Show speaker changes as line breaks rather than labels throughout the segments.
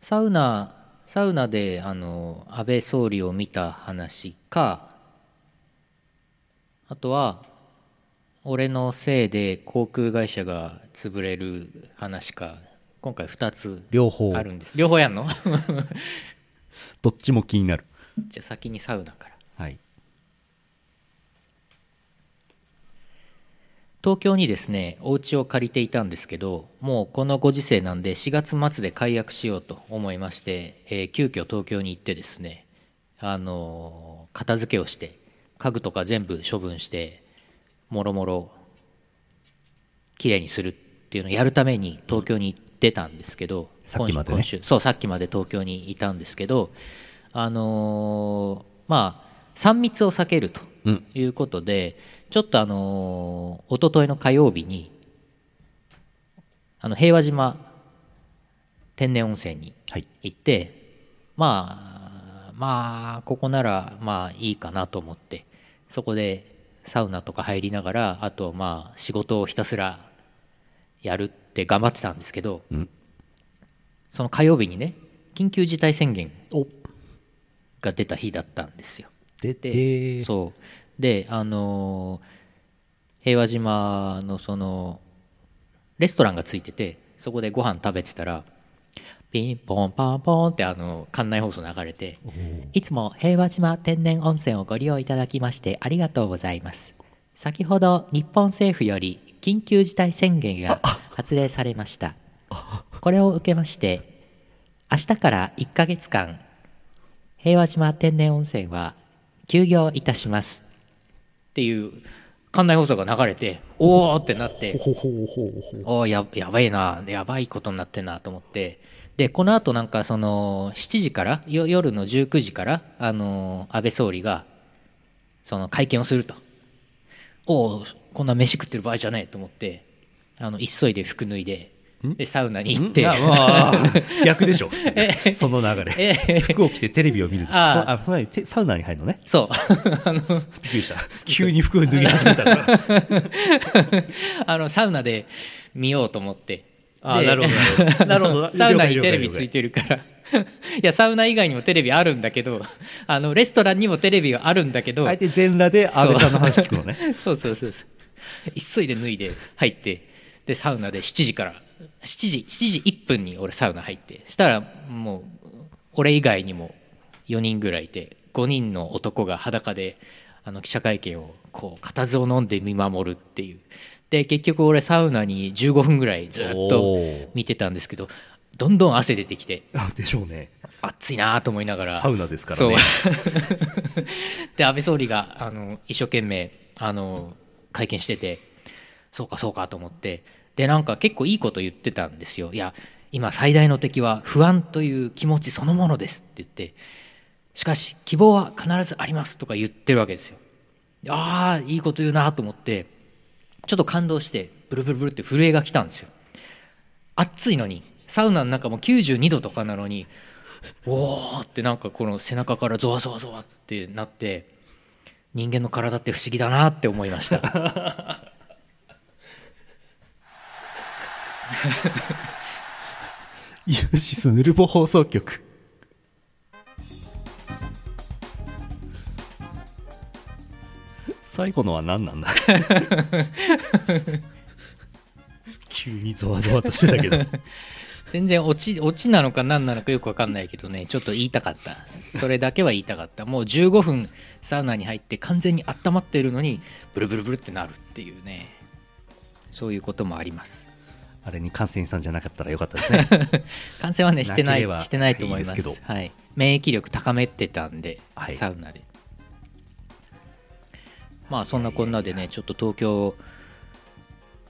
サウナサウナであの安倍総理を見た話かあとは俺のせいで航空会社が潰れる話か今回2つ
両方
あるんです両方やんの
どっちも気になる
じゃあ先にサウナから
はい
東京にですねお家を借りていたんですけどもうこのご時世なんで4月末で解約しようと思いまして、えー急遽東京に行ってですねあのー片付けをして家具とか全部処分してもろもろきれいにするっていうのをやるために東京に出たんですけど、
さっきまでね
今週今週そうさっきまで東京にいたんですけどあのーまあ3密を避けると
うん
いうことで、ちょっとあのー、一昨日の火曜日に、あの、平和島天然温泉に
はい
行って、まあ、まあ、ここなら、まあいいかなと思って、そこでサウナとか入りながら、あとまあ仕事をひたすらやるって頑張ってたんですけど、
うん
その火曜日にね、緊急事態宣言が出た日だったんですよ。で
出て
そうであのー平和島のそのレストランがついててそこでご飯食べてたらピンポンパンポンってあの館内放送流れていつも平和島天然温泉をご利用いただきましてありがとうございます。先ほど日本政府より緊急事態宣言が発令されました。これを受けまして、明日から1ヶ月間、平和島天然温泉は休業いたします。っていう館内放送が流れて、おーってなって、
ほほほほ
おーややばいなやばいことになってんなと思ってでこのあとなんかその7時からよ夜の19時から、あのー安倍総理がその会見をするとおおこんな飯食ってる場合じゃねえと思ってあの急いで服脱いででサウナに行って
あまあ逆でしょ普通その流 れ
ええ
服を着てテレビを見ると
ああ
さあそうやってサウナに入るのね
そうあの
びっくりした急に服を脱ぎ始め たから
あのサウナで見ようと思って
ああ
で
なるほど なるほどなるほど
サウナにテレビつい
て
てるから。いや、サウナ以外にもテレビあるんだけど、あの、レストランにもテレビがあるんだけど、
あえて全裸で安倍さんの話聞くのね
そうそうそうそう。急いで脱いで入って、で、サウナで7時から、7時、7時1分に俺サウナ入って、したらもう、俺以外にも4人ぐらいいて、5人の男が裸で、あの、記者会見を、こう、固唾を飲んで見守るっていう。で、結局俺サウナに15分ぐらい ずっ
お
と
ー
見てたんですけど、どんどん汗出てきて、
あでしょうね
暑いなと思いながら。
サウナですからね
そう。 で、安倍総理が、あの、一生懸命、あの、会見してて、そうかそうかと思って、で、なんか結構いいこと言ってたんですよ。いや、今最大の敵は不安という気持ちそのものですって言って、しかし、希望は必ずありますとか言ってるわけですよ。ああ、いいこと言うなと思って、ちょっと感動して、ブルブルブルって震えが来たんですよ。暑いのにサウナの中も92度とかなのにおーってなんかこの背中からゾワゾワゾワってなって人間の体って不思議だなって思いました
イオシスヌルボ放送局最後のは何 なんだ急にゾワゾワとしてたけど
全然オチオチなのか何なのかよく分かんないけどねちょっと言いたかったそれだけは言いたかったもう15分サウナに入って完全に温まっているのにブルブルブルってなるっていうねそういうこともあります
あれに感染さんじゃなかったらよかったですね
感染はねしてな
ないければ
してないと思います
いいですけ
はい、免疫力高めてたんで、
はい
サウナでまあそんなこんなでねちょっと東京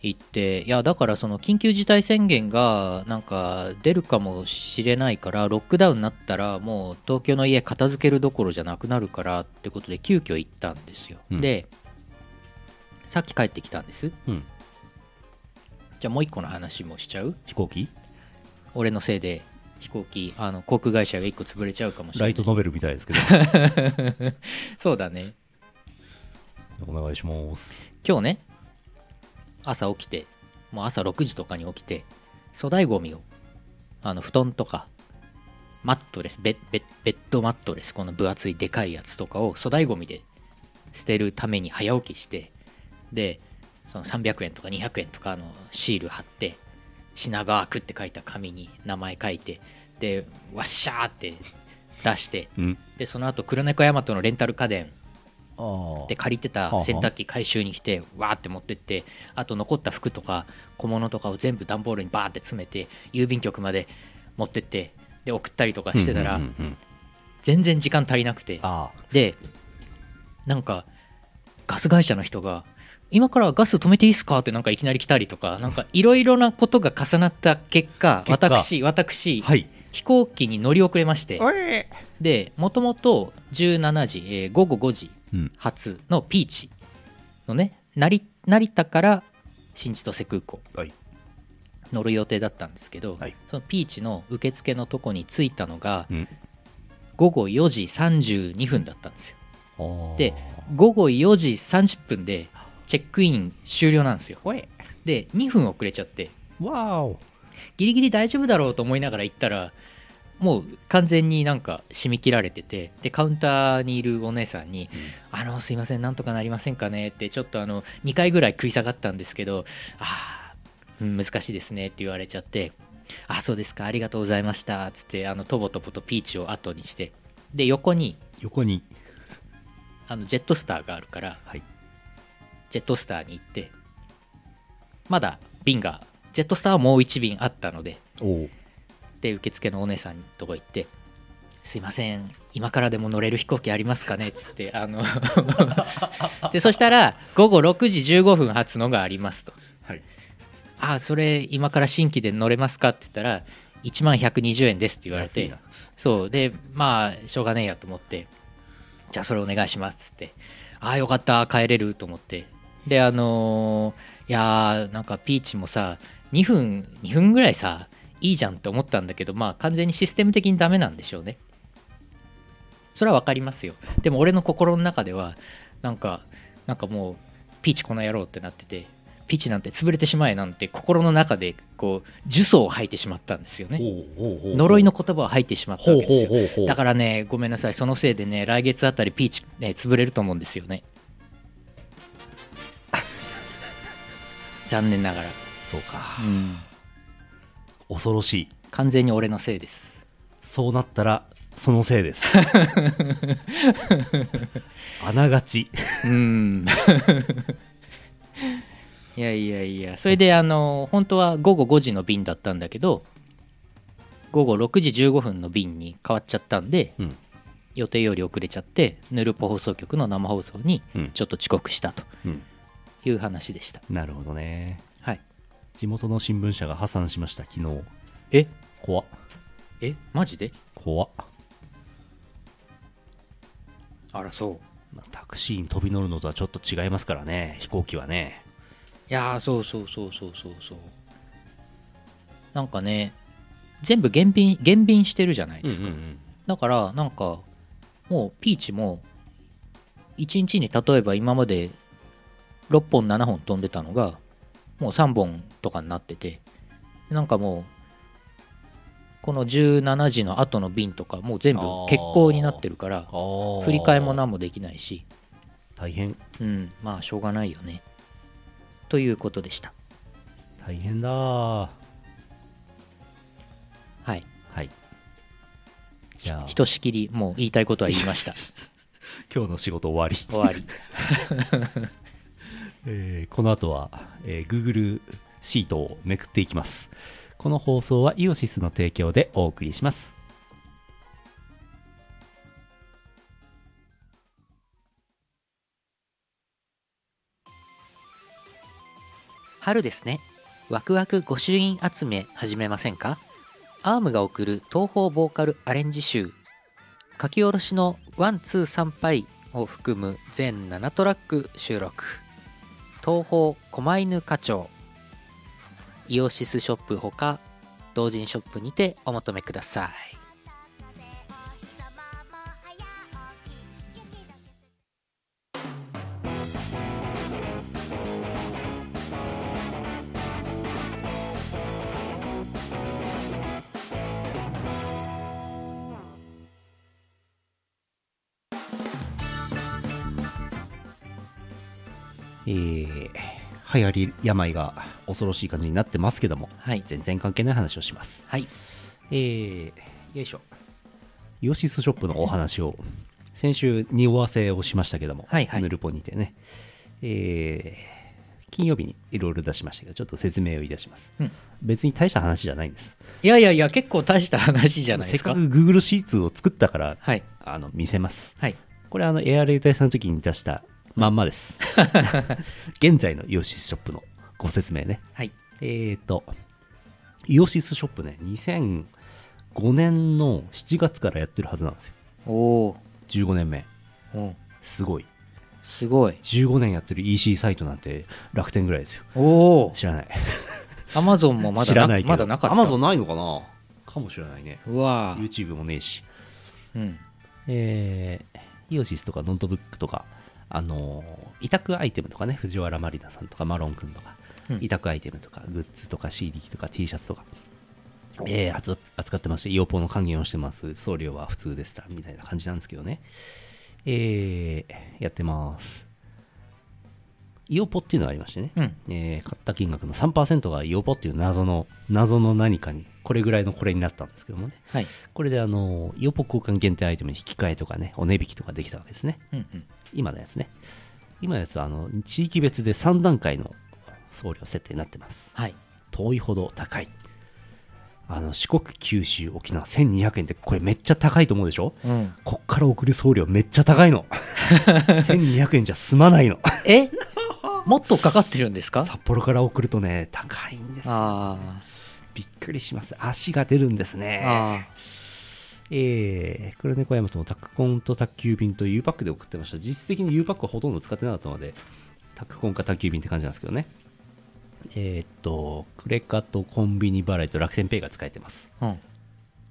行っていやだからその緊急事態宣言がなんか出るかもしれないからロックダウンになったらもう東京の家片付けるどころじゃなくなるからってことで急遽行ったんですよ、
うん
でさっき帰ってきたんです
うん
じゃあもう一個の話もしちゃう
飛行機
俺のせいで飛行機あの航空会社が1個潰れちゃうかもし
ラ
れ
イ
な
ト
い
ノベルみたいですけど
そうだね
お願いします
今日ね朝起きてもう朝6時とかに起きて粗大ごみをあの布団とかマットレスベベベッドマットレスこの分厚いでかいやつとかを粗大ごみで捨てるために早起きしてでその300円とか200円とかのシール貼って品川区って書いた紙に名前書いてでわっしゃーって出して
うん
でその後黒猫ヤマトのレンタル家電
あ
で借りて
はあ
た
はあ
洗濯機回収に来てわーって持ってってあと残った服とか小物とかを全部段ボールにバーって詰めて郵便局まで持ってってで送ったりとかしてたら
うんうんうん
全然時間足りなくて
あ
でなんかガス会社の人が今からガス止めていいですかってなんかいきなり来たりとかなんかいろいろなことが重なった結果
結果
私私
はい
飛行機に乗り遅れまして
おい
でもともと17時、えー午後5時
うん
発のピーチのね成成田から新千歳空港、
はい
乗る予定だったんですけど、
はい
そのピーチの受付のとこに着いたのが
うん
午後4時32分だったんですよで
で
午後4時30分でチェックイン終了なんですよで2分遅れちゃって
わお
ギリギリ大丈夫だろうと思いながら行ったらもう完全になんか締め切られててでカウンターにいるお姉さんに「あのすいませんなんとかなりませんかね」ってちょっとあの2回ぐらい食い下がったんですけど「あーうん難しいですね」って言われちゃって「あそうですかありがとうございました」つってあのとぼとぼとピーチを後にしてで横に
横に
あのジェットスターがあるから、
はい
ジェットスターに行ってまだ便がジェットスターはもう1便あったので
おお
で受付のお姉さんのとこ行って「すいません今からでも乗れる飛行機ありますかね?」っつってあのでそしたら午後6時15分発のがありますと
はい
「あそれ今から新規で乗れますか?」って言ったら「1万120円です」って言われ
安い
て
な
そうでまあしょうがねえやと思って「じゃあそれお願いします」っつって「ああよかった帰れる」と思ってであのーいやーなんかピーチもさ2分2分ぐらいさいいじゃんって思ったんだけどまあ完全にシステム的にダメなんでしょうねそれはわかりますよでも俺の心の中ではなんかなんかもうピーチこの野郎ってなっててピーチなんて潰れてしまえなんて心の中でこう呪詛を吐いてしまったんですよね呪
呪
いの言葉を吐いてしまった
ほ
わ
う
けです
ほ
よ
うほうほう
だからねごめんなさいそのせいでね来月あたりピーチ、ね、潰れると思うんですよね 残念ながら、
そうか
うん、
恐ろしい
完全に俺のせいです
そうなったらそのせいです あながち
うんいやいやいやそれであの本当は午後5時の便だったんだけど午後6時15分の便に変わっちゃったんで
うん
予定より遅れちゃってヌルポ放送局の生放送に
うん
ちょっと遅刻したと
うん
いう話でした、
なるほどね
はい
地元の新聞社が破産しました昨日
え
怖っ
えマジで
怖っ、
あらそう
まあ、タクシーに飛び乗るのとはちょっと違いますからね飛行機はね
いやーそうそうそうそうそうそうなんかね全部減便減便してるじゃないですか、だからなんかもうピーチも1日に例えば今まで6本7本飛んでたのがもう3本とかになっててなんかもうこの17時の後の便とかもう全部欠航になってるから
あー
振り替えも何もできないし
大変
うんまあしょうがないよねということでした
大変だー
はい
はいじゃあ
ひとしきりもう言いたいことは言いま した
今日の仕事終わり
終わり
えーこの後は、えー Google シートをめくっていきますこの放送はイオシスの提供でお送りします
春ですねワクワク御朱印集め始めませんかアームが送る東方ボーカルアレンジ集書き下ろしの「ワンツーサンパイ」を含む全7トラック収録東方狛犬課長イオシスショップほか同人ショップにてお求めください
えー、流行り病が恐ろしい感じになってますけども、
はい
全然関係ない話をします。
はい
えー、よいしょ。イオシスショップのお話を、先週にお合わせをしましたけども、
はいはい
ヌルポにてね、えー金曜日にいろいろ出しましたけど、ちょっと説明をいたします。
うん
別に大した話じゃないんです。
いやいやいや結構大した話じゃないですか
せっかく Google シーツを作ったから、
はい
あの見せます。
はい
これあのエアレーターさんの時に出したまん まです。現在のイオシスショップのご説明ね。
はい
えーと、イオシスショップね、2005年の7月からやってるはずなんですよ。
おお
15年目。
ーうん
すごい。
すごい
15年やってる EC サイトなんて楽天ぐらいですよ。
おお
知らない。
アマゾンもまだ
知らないけど。
まだなかった
Amazon ないのかなかもしれないね。
うわー
YouTube もねえし。
うん
えーイオシスとかノートブックとか、あのー委託アイテムとかね藤原まりなさんとかマロン君とか、
うん
委託アイテムとかグッズとか CD とか T シャツとか、えーあつ扱ってましてイオポの還元をしてます送料は普通でしたみたいな感じなんですけどねえーやってますイオポっていうのがありましてね、
うん
えー買った金額の3%がイオポっていう謎の謎の何かにこれぐらいのこれになったんですけどもね
はい
これであの、ヨポ交換限定アイテムに引き換えとかね、お値引きとかできたわけですね。
うんうん
今のやつね。今のやつはあの、地域別で3段階の送料設定になってます。
はい
遠いほど高い。あの、四国、九州、沖縄、1200円って、これめっちゃ高いと思うでしょ
うん
こっから送る送料めっちゃ高 いの。1200円じゃ済まないの。
え もっとかかってるんですか
札幌から送るとね、高いんですよ。
あ
びっくりします。足が出るんですね。
ーあ
えー、黒猫山ともタクコンと宅急便と U パックで送ってました実質的に U パックはほとんど使ってなかったのでタクコンか宅急便って感じなんですけどねえーっとクレカとコンビニ払いと楽天ペイが使えてます
ーうん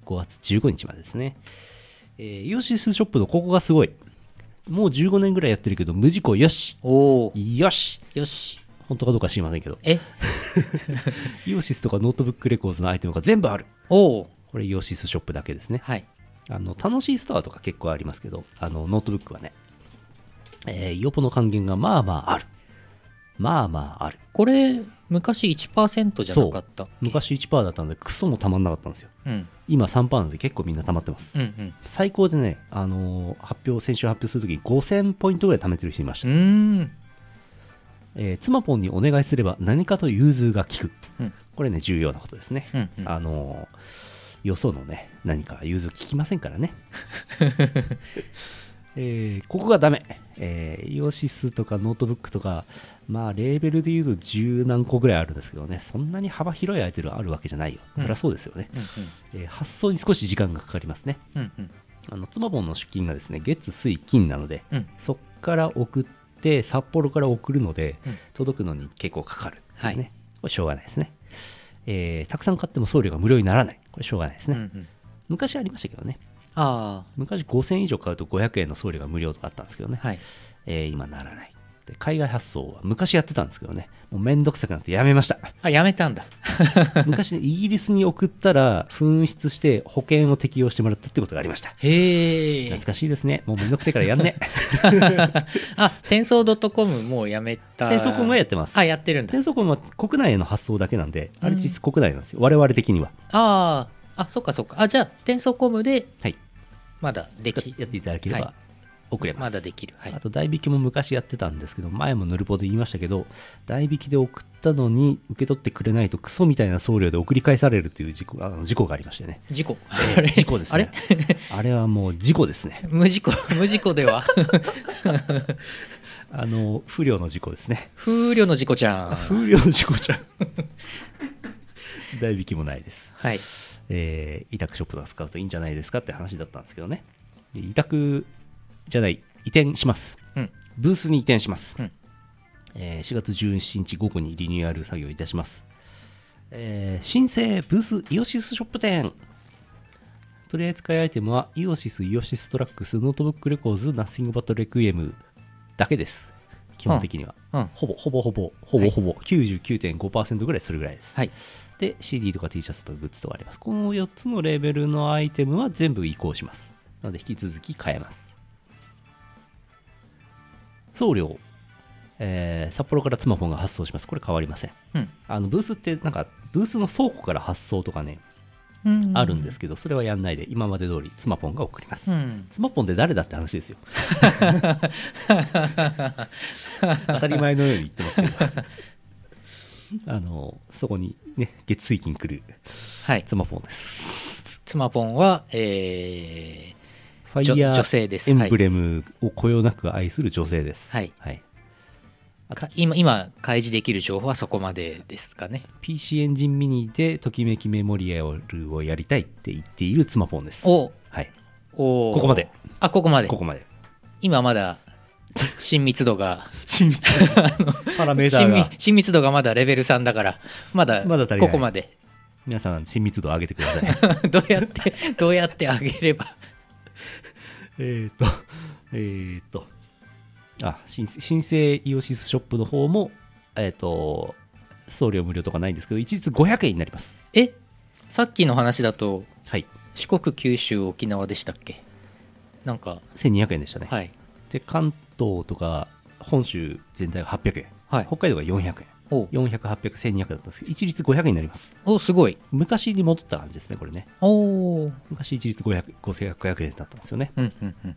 5月15日までですね、えー、イオシスショップのここがすごいもう15年ぐらいやってるけど無事故よし
おお
よし
よし
本当かどうか知りませんけど
え
イオシスとかノートブックレコーズのアイテムが全部ある
おお
これイオシスショップだけですね
はい
あの楽しいストアとか結構ありますけど、あのノートブックはね、えー、イオポの還元がまあまあある。まあまあある。
これ昔1%じゃなかった
昔1%だったので、クソもたまんなかったんですよ。
うん
今3%なので結構みんなたまってます。
うんうん
最高でね、あのー発表、先週発表するとき5000ポイントぐらい貯めてる人いまし
う
た。
ーん
えー、妻ポンにお願いすれば何かと融通が効く。
うん
これね、重要なことですね。
うんうん
あのーよそのね、何か融通聞きませんか らね。えーここがダメ。えーイオシスとかノートブックとか、まあ、レーベルで言うと十何個ぐらいあるんですけどね、そんなに幅広いアイテムあるわけじゃないよ。そりゃそうですよね、
うん
えー発送に少し時間がかかりますね。
うんうん
あの、つまぼんの出勤がですね、月、水、金なので、
うん
そっから送って、札幌から送るので、
うん
届くのに結構かかるっていうね、
はい
これしょうがないですね、えーたくさん買っても送料が無料にならない。これしょうがないです
うんう
ね。
ん
昔ありましたけどね、
あ
昔5000以上買うと500円の送料が無料とかあったんですけど
あ
ね、
はい
えー今ならない。で海外発送は昔やってたんですけどね、もうめんどくさくなってやめました。
あやめたんだ
昔ね、イギリスに送ったら、紛失して保険を適用してもらったってことがありました。
へえ
懐かしいですね。もうめんどくせえからや んね。
あ転送 .com もうやめた
転送コムはやってます
あやってるんだ
転送コムは国内への発送だけなんで、あれ
うん
実質国内なんですよ。我々的には。
あああそっかそっかあじゃあ転送コムで
はい。
まだでき
やっていただけれ
は
ば送れます。
まだできるはい
あと代引きも昔やってたんですけど前もヌルポで言いましたけど代引きで送ったのに受け取ってくれないとクソみたいな送料で送り返されるという事故あの事故がありましてね
事故
えー事故です
あれ
ねあれはもう事故ですね
無事故無事故では
あの不良の事故ですね
風量の事故じゃん
不良の事故じゃん 代引きもないです
はい
えー委託ショップが使うといいんじゃないですかって話だったんですけどねで委託じゃない移転します
うん
ブースに移転します、
うん
えー4月17日午後にリニューアル作業いたします、えー新生ブースイオシスショップ店取り扱いアイテムはイオシスイオシストラックスノートブックレコーズナッシングバトレクイエムだけです基本的には、
うん
ほぼほぼほぼほぼほぼ99.5%ぐらいそれぐらいです、
はい
で CD とか T シャツとかグッズとかありますこの4つのレベルのアイテムは全部移行しますなので引き続き変えます送料えー札幌から妻本が発送しますこれ変わりません
うん
あのブースってなんかブースの倉庫から発送とかね
うん
あるんですけどそれはやんないで今まで通り妻ポンが送ります、
うん
妻ポンって誰だって話で すよ当たり前のように言ってますけどあのそこにね月水金来る
はい
妻ポンです
妻ポンはえ
フ
女
ァイヤ
女性で
ー
す
エ
はい
ンブレムをこよなく愛する女性です
はい
はい、
ーか今今開示できる情報はそこまでですかね
PC エンジンミニでときめきメモリアルをやりたいって言っている妻ポンです
お
はい
おー
ここまで
あここまで
ここまで
今まだ親密度が
親密パラメータ
親
ーが
密親密度がまだレベル3だからまだ
まだ足りない
ここまで
皆さん親密度を上げてください
どうやってどうやって上げれば
えっと えっとあ新新生イオシスショップの方もえっ、と送料無料とかないんですけど一律500円になります
えさっきの話だと
はい
四国九州沖縄でしたっけなんか
1200円でしたね、
はい
で関東とか本州全体が800円、
はい
北海道が400円
お
4008001200だったんですけど一律500円になります
おすごい
昔に戻った感じですねこれね
おおー
昔一律500 5500円だったんですよね
うんうんうんうん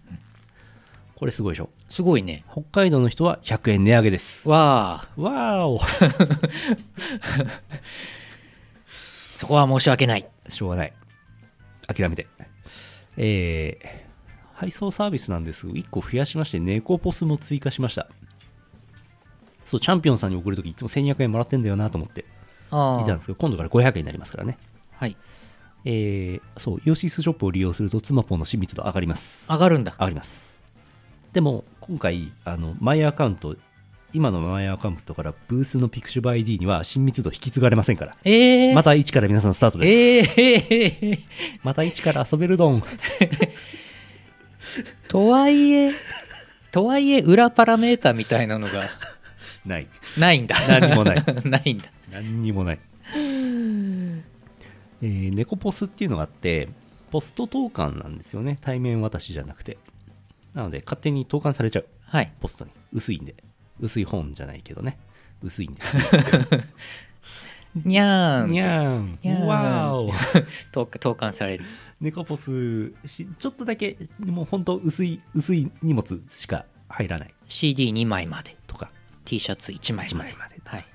これすごいでしょ
すごいね
北海道の人は100円値上げです
わあ
わーお
そこは申し訳ない
しょうがない諦めてえー配送サービスなんですが1個増やしまして猫ポスも追加しましたそうチャンピオンさんに送るときいつも1200円もらってんだよなと思ってい
あ
たんで
あ
すけど今度から500円になりますからね
はい
えーそうイオシスショップを利用すると妻ポンの親密度上がります
上がるんだ
上がりますでも今回あのマイアカウント今のマイアカウントからブースのピクシブ ID には親密度引き継がれませんから
ええ
また1から皆さんスタートです、
ええ
また1から遊べるドン
とはいえ とはいえ裏パラメータみたいなのが
ない
ないんだ
何もない
ないんだ
何にもないえー猫ポスっていうのがあってポスト投函なんですよね対面渡しじゃなくてなので勝手に投函されちゃう
はい
ポストに薄いんで薄い本じゃないけどね薄いんで
にゃーん
にゃーん
にゃーん
わーお
投投函される
猫ポスしちょっとだけもうほんと薄い薄い荷物しか入らない
CD2 枚まで
とか
T シャツ1枚まで
一枚まで
はい、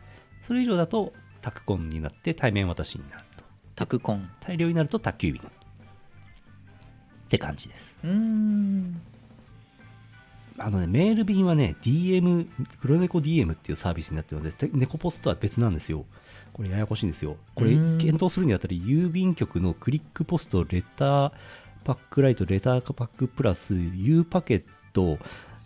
それ以上だとタクコンになって対面渡しになると
タクコン
大量になると宅急便って感じです
うーん
あのねメール便はね DM 黒猫 DM っていうサービスになってるのでて猫ポストは別なんですよこれややこしいんですよこれ
うーん
検討するにあたり郵便局のクリックポストレターパックライトレターパックプラス U パケット、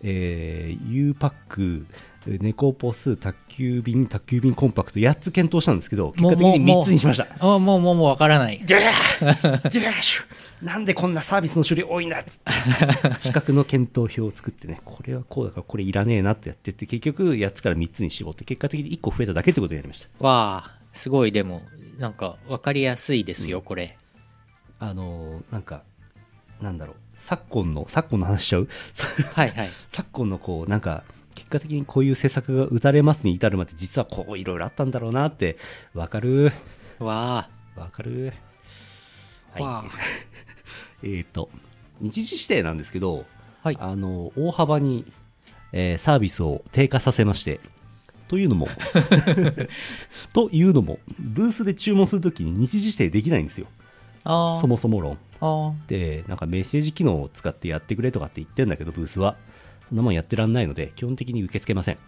えー、U パック猫ポス宅急便宅急便コンパクト8つ検討したんですけど結果的に
もうもう
3つにしました
あもうもうもうわからない
ジャジャージャジャーシュなんでこんなサービスの種類多いんだっつって比較の検討表を作ってねこれはこうだからこれいらねえなってやってって結局8つから3つに絞って結果的に1個増えただけってことになりました
わあすごいでもなんかわかりやすいですよ、これ
あのーなんかなんだろう昨今の昨今の話しちゃう
はいはい
昨今のこうなんか結果的にこういう政策が打たれますに至るまで実はこういろいろあったんだろうなってわかる
わ
わかる
あ、わ
えーっと日時指定なんですけど
あはい
あの大幅に、えーサービスを低下させましてという のもというのもブースで注文するときに日時指定できないんですよ
あー
そもそも論
あー
でなんかメッセージ機能を使ってやってくれとかって言ってんだけどブースはそんなもんやってらんないので基本的に受け付けません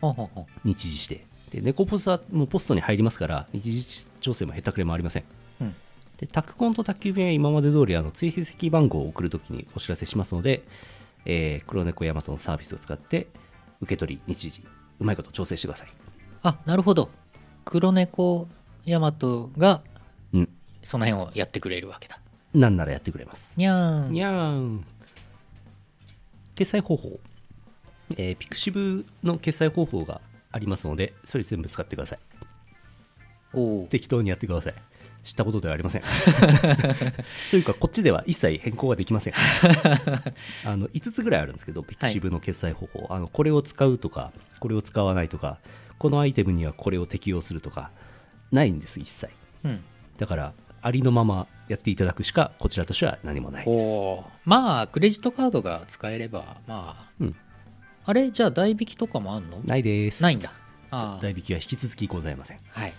ほんほんほん
日時指定で猫ポスはもうポストに入りますから日時調整もへったくれもありません
うん
でタクコンと宅急便は今まで通りあの追跡番号を送るときにお知らせしますので、えー、黒猫ヤマトのサービスを使って受け取り日時うまいこと調整してください
あなるほど黒猫ヤマトが
うん
その辺をやってくれるわけだ
なんならやってくれます
にゃーん
にゃーん決済方法、えー、ピクシブの決済方法がありますのでそれ全部使ってください
おー
適当にやってください知ったことではあり ません。というか、こっちでは一切変更ができま せん。あの5つぐらいあるんですけど、ピクシブの決済方法、あのこれを使うとか、これを使わないとか、このアイテムにはこれを適用するとか、ないんです、一切。
うん、
だから、ありのままやっていただくしか、こちらとしては何もない
お
です。
おまあクレジットカードが使えればまあ
うん、
あれじゃあ代引きとかもあんの
ないです。
ないんだああ
代引きは引き続きございません。
はい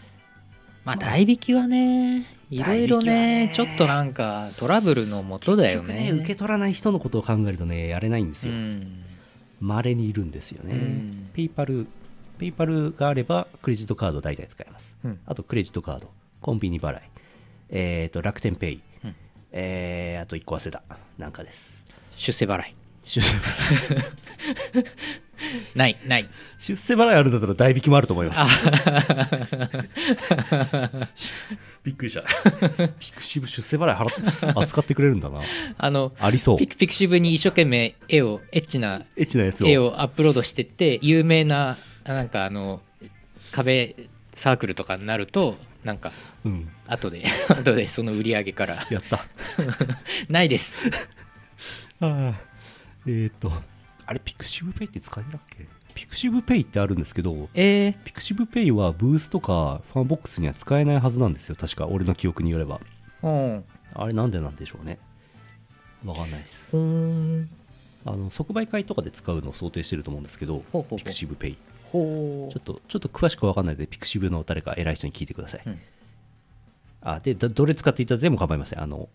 まあ代引きはねいろいろね
代引き
ちょ
はね
っとなんかトラブルのもとだよ
結
ね
局受け取らない人のことを考えるとね、やれないんですよ。
うん
まれにいるんですよ
う
ね
ん。
ペイパル、ペイパルがあればクレジットカード大体使えます。
うん
あとクレジットカード、コンビニ払い、えー、と楽天ペイ、
うん
えー、あと1個忘れた、なんかです。
出世払い
出 世
ないない
出世払いあるんだったら代引きもあると思います。 びっくりした。ピクシブ出世払い払っ扱ってくれるんだな。
あの
ありそう
ピ。クピクシブに一生懸命絵をエッチな
エッチなやつ
絵
を。
をアップロードしてって有名ななんかあの壁サークルとかになるとなんか
うん。
後で 後でその売り上げから
やった。
ないです
ああえーっ、と、あれ、ピクシブペイって使えたっけピクシブペイってあるんですけど、
えー、
ピクシブペイはブースとかファンボックスには使えないはずなんですよ、確か、俺の記憶によれば。
うん
あれ、なんでなんでしょうね。わかんないです。
うん
あの即売会とかで使うのを想定してると思うんですけど
ほうほうほう、
ピクシブペイ。
ほ
ちょっと、ちょっと詳しくわかんないので、ピクシブの誰か偉い人に聞いてください。
うん
あでど、どれ使っていただいても構いません。あの、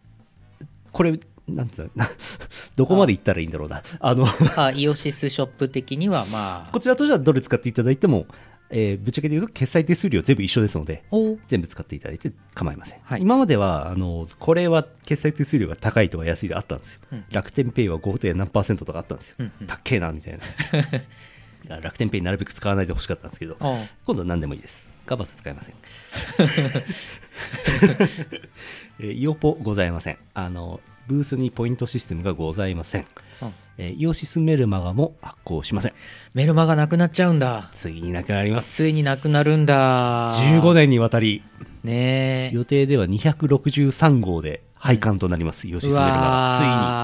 これ、なんて言うんだな どこまで行ったらいいんだろうな。あの、
あイオシスショップ的にはまあ
こちらとしてはどれ使っていただいても、えーぶっちゃけて言うと決済手数料全部一緒ですので、
お
全部使っていただいて構いません。
はい
今まではあの、これは決済手数料が高いとか安いであったんですよ。
うん
楽天ペイは5点何パーセントとかあったんですよ。
うんうん
たっけえな、みたいな。だから楽天ペイなるべく使わないでほしかったんですけど、
お
今度は何でもいいです。ガバス使 いません。えーイオポございません。あの、ブースにポイントシステムがございません。
うん
えーイオシスメルマガも発行しません。
メルマがなくなっちゃうんだ
ついになくなります。
ついになくなるんだ
15年にわたり、
ねえ
予定では263号で廃刊となります、吉住が。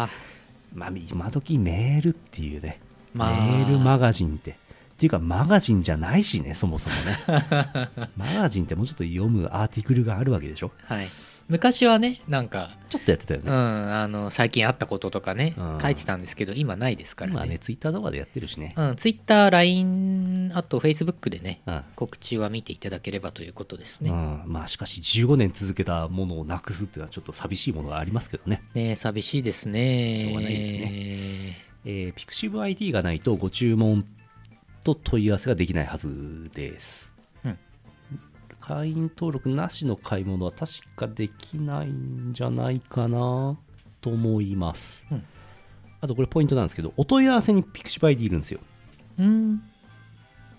ついに
ついに。まあ、今時メールっていうね、
まあ
メールマガジンって。っていうか、マガジンじゃないしね、そもそ もね。マガジンってもうちょっと読むアーティクルがあるわけでしょ
はい昔はねなんか
ちょっとやってたよ
うん、
ね。
あの最近あったこととかね、
うん
書いてたんですけど今ないですから
今
ね
ね、ツイッターとかでやってるしね。
うん、Twitter、LINE あと Facebook でね、
うん
告知は見ていただければということです
う
ね,、
ん、まあしかし15年続けたものをなくすっていうのはちょっと寂しいものがありますけどね、
ね寂しいですね
しょうがないです
ね
えー、ピクシブ ID がないとご注文と問い合わせができないはずで
う
す、
ん
会員登録なしの買い物は確かできないんじゃないかなと思います、
うん
あとこれポイントなんですけどお問い合わせにピクシブ ID いるんですよ
うん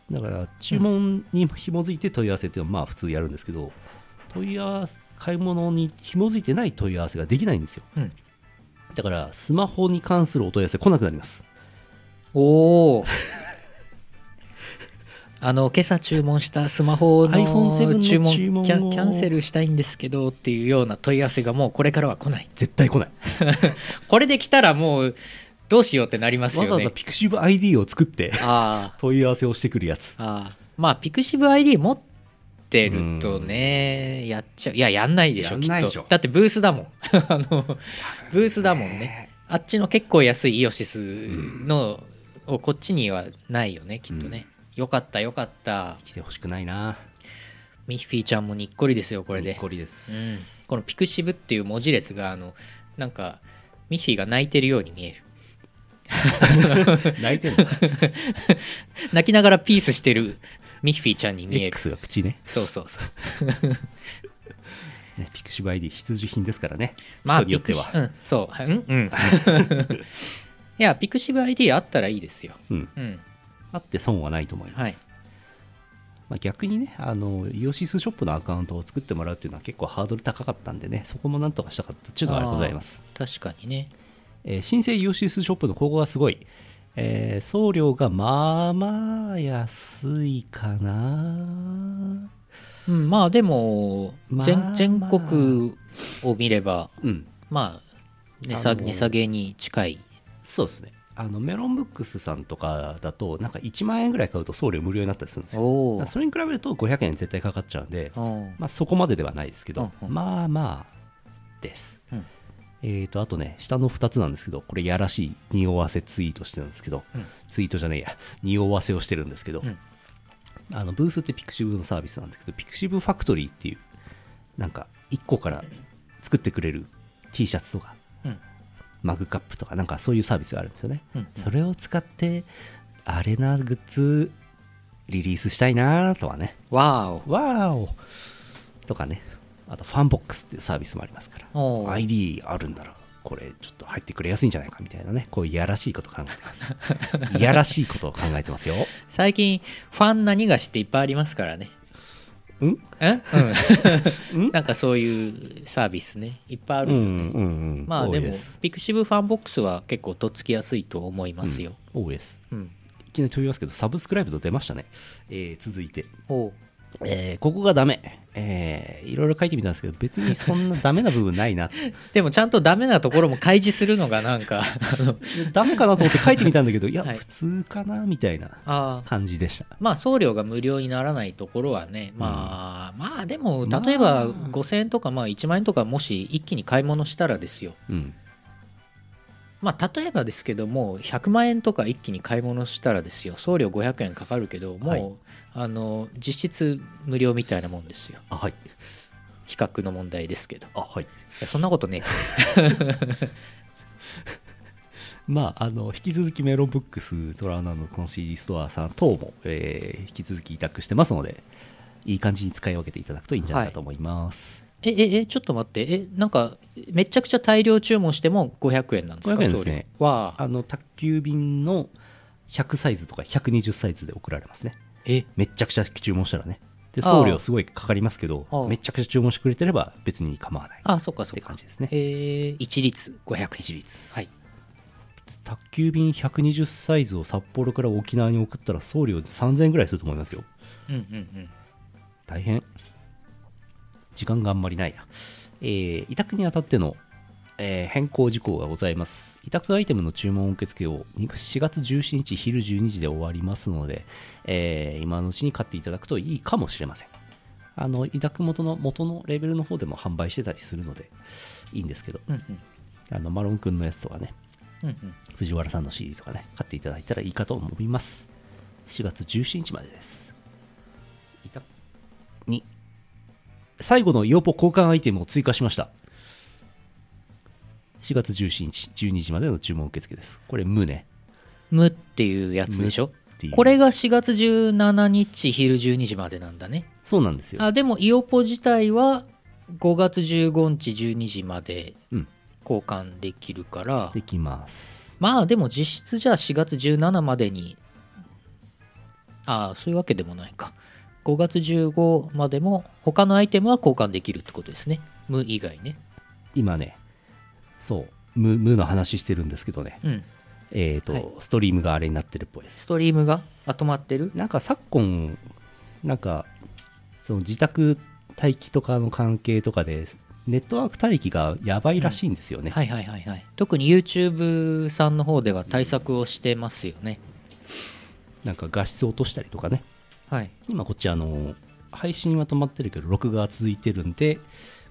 だから注文に紐づいて問い合わせっていうのはまあ普通やるんですけど問い合わせ買い物に紐づいてない問い合わせができないんですよ
うん
だからスマホに関するお問い合わせ来なくなります
おお あの今朝注文したスマホ
iPhone7
の
の
注文
注文を
キャンキャンセルしたいんですけどっていうような問い合わせがもうこれからは来ない
絶対来ない
これで来たらもうどうしようってなりますよ
わ
ね
ざわざピクシブ ID を作って
ああ
問い合わせをしてくるやつ
ああまあピクシブ ID 持ってるとねやっちゃういややんないでしょ
やん
き
ないで
っ
しょ
とだってブースだもん あのブースだもんねあっちの結構安いイオシスのをこっちにはないよねきっとね、よかったよかった
来てほしくないな
ミッフィーちゃんもにっこりですよこ
こ
れで
こりで
うん
す、、
このピクシブっていう文字列があのなんかミッフィーが泣いてるように見える
泣いてんの
泣きながらピースしてるミッフィーちゃんに 見える
X が口ね
そうそうそう
ねピクシブ ID 必需品ですからね
ま
人
あ、
によっては
ピクシうん、そう。うん、うん。 いや、ピクシブ ID あったらいいですよ。
うん
うん。
あって損はないと思います、
はい
まあ、逆にねあのイオシスショップのアカウントを作ってもらうっていうのは結構ハードル高かったんでねそこもなんとかしたかったっていうのがございます、
確かにね。
えー新生イオシスショップのここがすごい、えー送料がまあまあ安いかな
うん、まあでも
まあ
全全国を見れば
うん
まあ値
あ
下
の
げ
ー
値下げに近い
そうですねあのメロンブックスさんとかだとなんか1万円ぐらい買うと送料無料になったりするんですよ
おお
だからそれに比べると500円絶対かかっちゃうんで、
うん
まあ、そこまでではないですけど、
うんうん
まあまあです、
うん
えー、とあとね下の2つなんですけどこれやらしい匂わせツイートしてるんですけど、
うん
ツイートじゃねえや匂わせをしてるんですけど、
うん
あのブースってピクシブのサービスなんですけどピクシブファクトリーっていうなんか1個から作ってくれる T シャツとか
うん
マグカップとかなんかそういうサービスがあるんですよね、
うん
それを使ってあれなグッズリリースしたいなとはね
わ
わーおとかねあとファンボックスっていうサービスもありますから
おお
ID あるんだらこれちょっと入ってくれやすいんじゃないかみたいなねこういういやらしいこと考えてます いやらしいことを考えてますよ
最近ファン何がしっていっぱいありますからね
ん
え う
ん
んなんかそういうサービスねいっぱいあ
う
る、
んうんうん
まあ
多
で
い
も
す
ピクシブファンボックスは結構とっつきやすいと思いますよ、
うん多いです
うん
いきなり飛びますけどサブスクライブと出ましたね、えー続いて
おう
えーここがダメ、えーいろいろ書いてみたんですけど別にそんなダメな部分ない な
でもちゃんとダメなところも開示するのがなんか あの
ダメかなと思って書いてみたんだけ どいや、
はい
普通かなみたいな
あー
感じでした
まあ送料が無料にならないところはねまあ、まあでも例えば
まあ
5000円とかまあ1万円とかもし一気に買い物したらですよ
うん
まあ例えばですけども100万円とか一気に買い物したらですよ送料500円かかるけどもう、
はい
あの実質無料みたいなもんですよ
あはい
比較の問題ですけどい
あはい
やそんなことね
まあ、あの引き続きメロンブックストラーナのコンシーストアさん等も、えー引き続き委託してますのでいい感じに使い分けていただくといいんじゃないかと思います、
えええちょっと待ってえなんかめちゃくちゃ大量注文しても500円なんですか
500円ですね
送料わあ
あの宅急便の100サイズとか120サイズで送られますね
え
めっちゃくちゃ注文したらねで
ああ
送料すごいかかりますけど
ああ
めっちゃくちゃ注文してくれてれば別に構わないっ
あそっかそ
て
っか
感じですね
えー一律500円
一律
はい
宅急便120サイズを札幌から沖縄に送ったら送料3000円ぐらいすると思いますよ
うんうん
大変時間があんまりないな、えー委託にあたっての、えー変更事項がございます委託アイテムの注文受付を4月17日昼12時で終わりますので、えー今のうちに買っていただくといいかもしれませんあの委託元の元のレベルの方でも販売してたりするのでいいんですけど
うんうんうん
あのマロン君のやつとかね
うんうん
藤原さんの CD とかね買っていただいたらいいかと思います4月17日までですいた2最後のヨポ交換アイテムを追加しました4月17日12時までの注文受付ですこれ無ね
無っていうやつでしょ
無っていう
これが4月17日昼12時までなんだね
そうなんですよ
あでもイオポ自体は5月15日12時まで
うん
交換できるから、
できます
まあでも実質じゃあ4月17までにああそういうわけでもないか5月15までも他のアイテムは交換できるってことですね無以外ね
今ねそう無無の話してるんですけどね
うん
えっ、と、
はい
ストリームがあれになってるっぽいです
ストリームがあ止まってる
なんか昨今なんかその自宅待機とかの関係とかでネットワーク待機がやばいらしいんですよね、
はいはいはいはい特に YouTube さんの方では対策をしてますよね
なんか画質落としたりとかね
はい
今こっちあの配信は止まってるけど録画は続いてるんで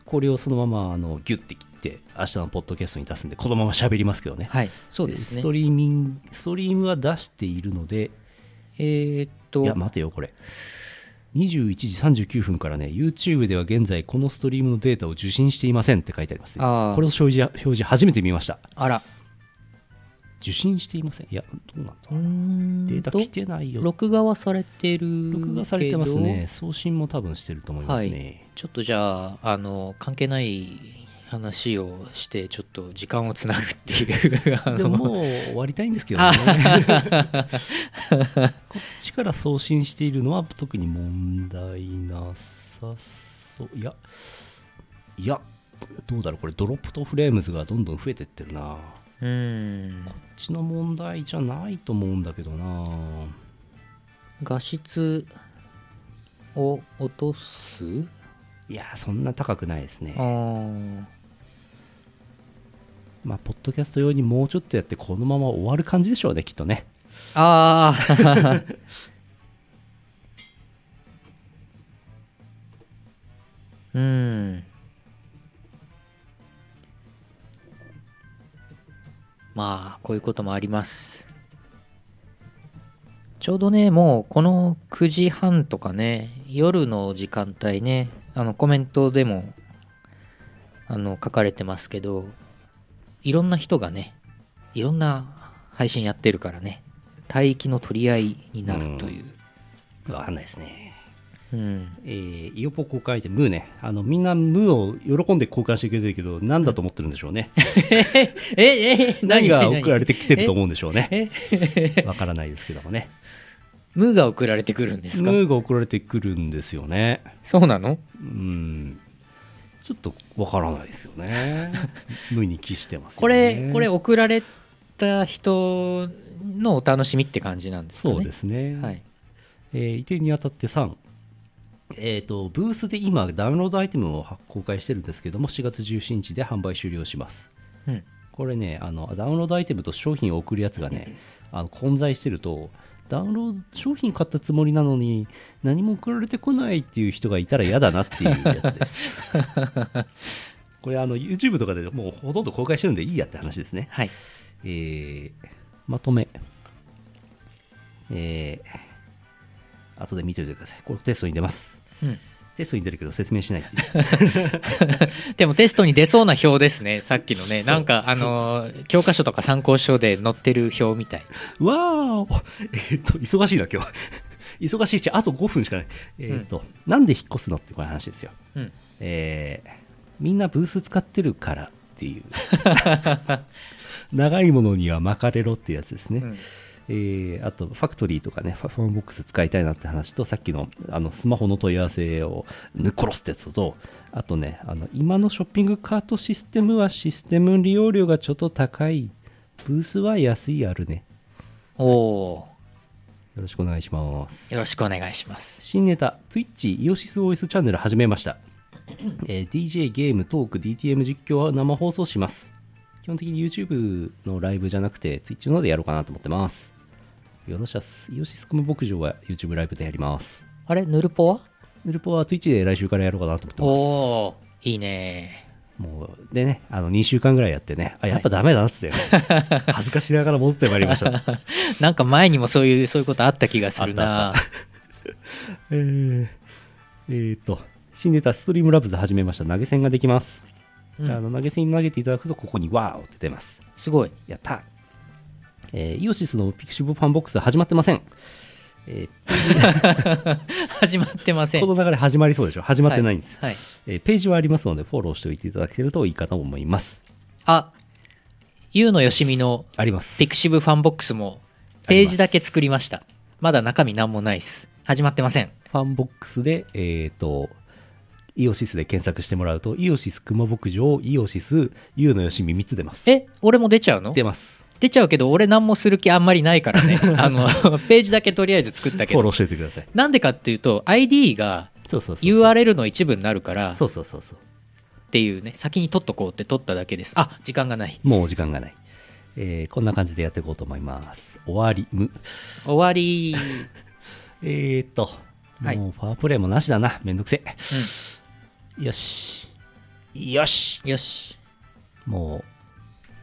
これをそのままあのギュッて切って明日のポッドキャストに出すんでこのまま喋りますけどね、
はいそうです
ス
ね
トリーミングストリームは出しているので
えーっと
いや待てよこれ21時39分からね YouTube では現在このストリームのデータを受信していませんって書いてありますね
あー
これを表示表示初めて見ました
あら
受信していませんいやどうなんだ
うーん
デ
と
ータ来てないよ
録画はされてる
録画されてますね送信も多分してると思いますね、
ちょっとじゃああの関係ない話をしてちょっと時間をつなぐっていうあ の
でももう終わりたいんですけどねこっちから送信しているのは特に問題なさそういやいやどうだろうこれドロップとフレームズがどんどん増えてってるな
うーん
こっちの問題じゃないと思うんだけどな
画質を落とす
いやーそんな高くないですね
あー
まあポッドキャスト用にもうちょっとやってこのまま終わる感じでしょうねきっとね
あーうんまあこういうこともありますちょうどねもうこの9時半とかね夜の時間帯ねあのコメントでもあの書かれてますけどいろんな人がねいろんな配信やってるからね帯域の取り合いになるという、
わかんないですね
うん、
えーイオポ公開でムーねあのみんなムーを喜んで交換してくれてるけど何だと思ってるんでしょ うね
ええ
何が送られ
て
てきてると思うんでしょうね
え
わからないですけどもね
ムーが送られてくるんです
ム
か
ーが送られてくるんですよね
そうなの
うんちょっとわからないですよ ねムーに帰してますよね
これこれ送られた人のお楽しみって感じなんですかね
そうですね、
はい
えー移転にあたって3、えー、とブースで今ダウンロードアイテムを発公開してるんですけども4月17日で販売終了します
うん
これねあのダウンロードアイテムと商品を送るやつがねあの混在してるとダウンロード商品買ったつもりなのに何も送られてこないっていう人がいたら嫌だなっていうやつです これあの YouTube とかでもうほとんど公開してるんでいいやって話ですね
はい
えーまとめ、えー、後で見ておいてください。これテストに出ます。
うん
テストに出るけど説明しないっていう。
でもテストに出そうな表ですねさっきのね
そう
なんかあのー教科書とか参考書で載ってる表みたい
わーお えーっと、忙しいな、今日。 忙しいし、あと5分しかない。えーっと、なんで引っ越すのってこの話ですよ。
うん
えーみんなブース使ってるからっ ていう。長いものには巻かれろっていうやつですね。
うん
えーあとファクトリーとかねファファンボックス使いたいなって話とさっきのあのスマホの問い合わせをぬっ殺すってやつとあとねあの今のショッピングカートシステムはシステム利用料がちょっと高いブースは安いあるね
おお
よろしくお願いします
ーよろしくお願いします
新ネタ Twitch イオシス OS チャンネル始めました、えー DJ ゲームトーク DTM 実況は生放送します基本的に YouTube のライブじゃなくて Twitch の方でやろうかなと思ってますよろしゃすイオシスコム牧場は YouTube ライブでやります
あれヌルポは
ヌルポは Twitch で来週からやろうかなと思って
お
ます
おーいいね
もうでねあの2週間ぐらいやってねあやっぱダメだなっつって、恥ずかしながら戻ってまいりました
なんか前にもそういうそういうことあった気がするな
えー、えーっと、新ネタストリームラブズ始めました。投げ銭ができます。
うん
あの投げ銭投げていただくと、ここにワーオって出ます。
すごい
やったーえーイオシスのピクシブファンボックス始まってません。え
始まってませ
ー
ん
この流れ始まりそうでしょ始まってないんですよ、
はいはい
えーページはありますので、フォローしておいていただけるといいかと思います。
あゆうのよしみの
あります。
ピクシブファンボックスもページだけ作りましたまだ中身なんもないっす始まってません
ファンボックスで、えっ、と、イオシスで検索してもらうと、イオシス熊牧場、イオシス、ユウのよしみ3つ出ます。
え俺も出ちゃうの
出ます。
出ちゃうけど俺なんもする気あんまりないから ねあのページだけとりあえず作ったけ
フォ
ど
ローしておいてください。
なんでかっていうと ID が
そうそうそうそう。
URL の一部になるからっ
そうそうそうそう。
ていうね先に取っとこうって取っただけですあ時間がない
もうお時間がない。えーこんな感じでやっていこうと思います。終わり、む。
終わり、
えーっと、
はい
もうパワープレイもなしだな。めんどくせえ。よし。よし。
うんよし
もう、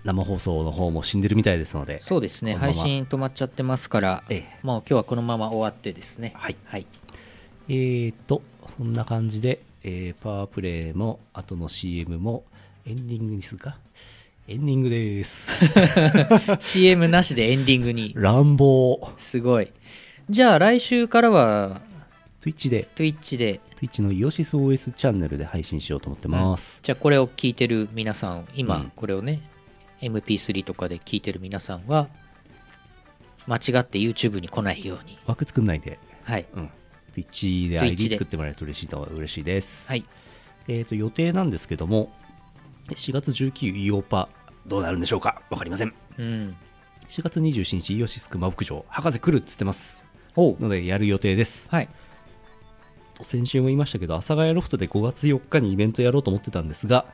生放送の方も死んでるみたいですので。
そうですね
このま
配
ま
信止まっちゃってますから
ええ
もう今日はこのまま終わってですね
はい
はい
えーっと、こんな感じで、えーパワープレイも、後の CM も、エンディングにするかエンディングです。
CM なしでエンディングに
乱暴。
すごいじゃあ来週からは
Twitch で、
Twitch で
Twitch のイオシス OS チャンネルで配信しようと思ってます。
じゃあこれを聞いてる皆さん
う
今
ん
これをね、MP3 とかで聞いてる皆さんは間違って YouTube に来ないように
枠作んないで。
はい
うん、Twitch
Twitch
で ID
で
作ってもらえると嬉しいと嬉しいです。
はい
えっ、と、予定なんですけども、4月19イオパ、どうなるんでしょうかわかりません。
うん
4月27日、イオシスクマ牧場、博士来るっつってます。
お
ので、やる予定です。
はい
そう先週も言いましたけど阿佐ヶ谷ロフトで5月4日にイベントやろうと思ってたんですが、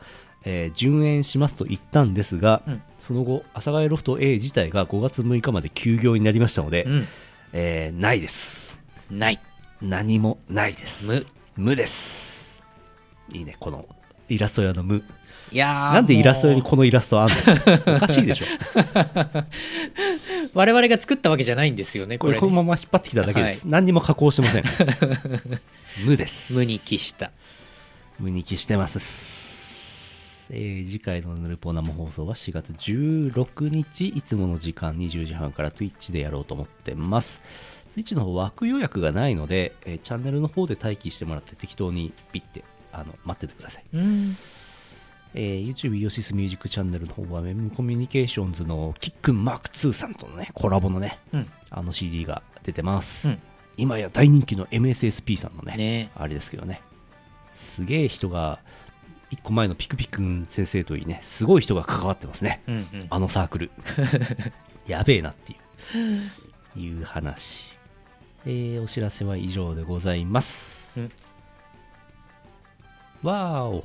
えー順延しますと言ったんですが、
うん
その後阿佐ヶ谷ロフト A 自体が5月6日まで休業になりましたので、
うん
えーないです
ない
何もないです
無
無ですいいねこのイラスト屋の無
いやー
なんでイラスト屋に
も
このイラストあんのおかしいでしょ
う我々が作ったわけじゃないんですよねこ
こ
れ
れこのまま引っ張ってきただけです、何にも加工してません無です
無に帰した
無に帰してます、えー次回のヌルポ生放送は4月16日いつもの時間20時半から Twitch でやろうと思ってます Twitch の方枠予約がないので、えーチャンネルの方で待機してもらって適当にピッてあの待っててください
うん
えー YouTube イオシスミュージックチャンネルの方は、メムコミュニケーションズのキックンマーク2さんとのね、コラボのね、
うん
あの CD が出てます。
うん
今や大人気の MSSP さんのね、
ね
あれですけどね、すげえ人が、一個前のピクピクン先生といいね、すごい人が関わってますね。
うんうん
あのサー クル。やべえなっていう、いう話。えーお知らせは以上でございます。
うん
わーお。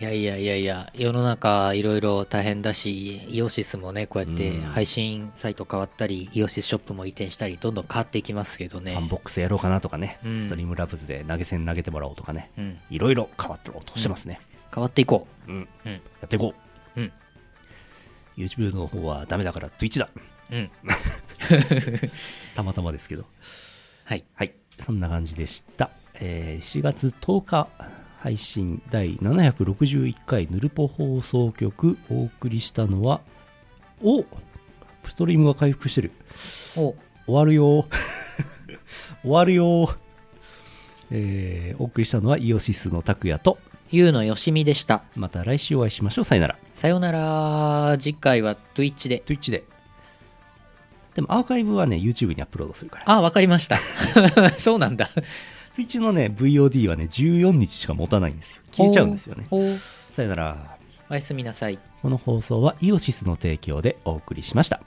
いやいやいやいや世の中いろいろ大変だしイオシスもねこうやって
うん
配信サイト変わったり、イオシスショップも移転したりどんどん変わっていきますけどね
ファンボックスやろうかなとかね、
うん
ストリームラブズで投げ銭投げてもらおうとかね、
うん、
いろいろ変わってろうとしてますね。
変わっていこ
うん。
ううん
やっていこう。
うん
YouTube の方はダメだから Twitch だ。
うん
たまたまですけど。
はい
はい。そんな感じでした。えー4月10日配信第761回ヌルポ放送局お送りしたのは、おストリームが回復してる。
お
終わるよ 終わるよえーお送りしたのはイオシスの拓也と
ゆうのよしみでした
また来週お会いしましょうさよなら
さよなら次回は Twitch で
Twitch ででもアーカイブはね YouTube にアップロードするから
あわかりま したそうなんだ
Twitch のね VOD はね14日しか持たないんですよ消えちゃうんですよね
おお
さよなら
おやすみなさい
この放送はイオシスの提供でお送りしました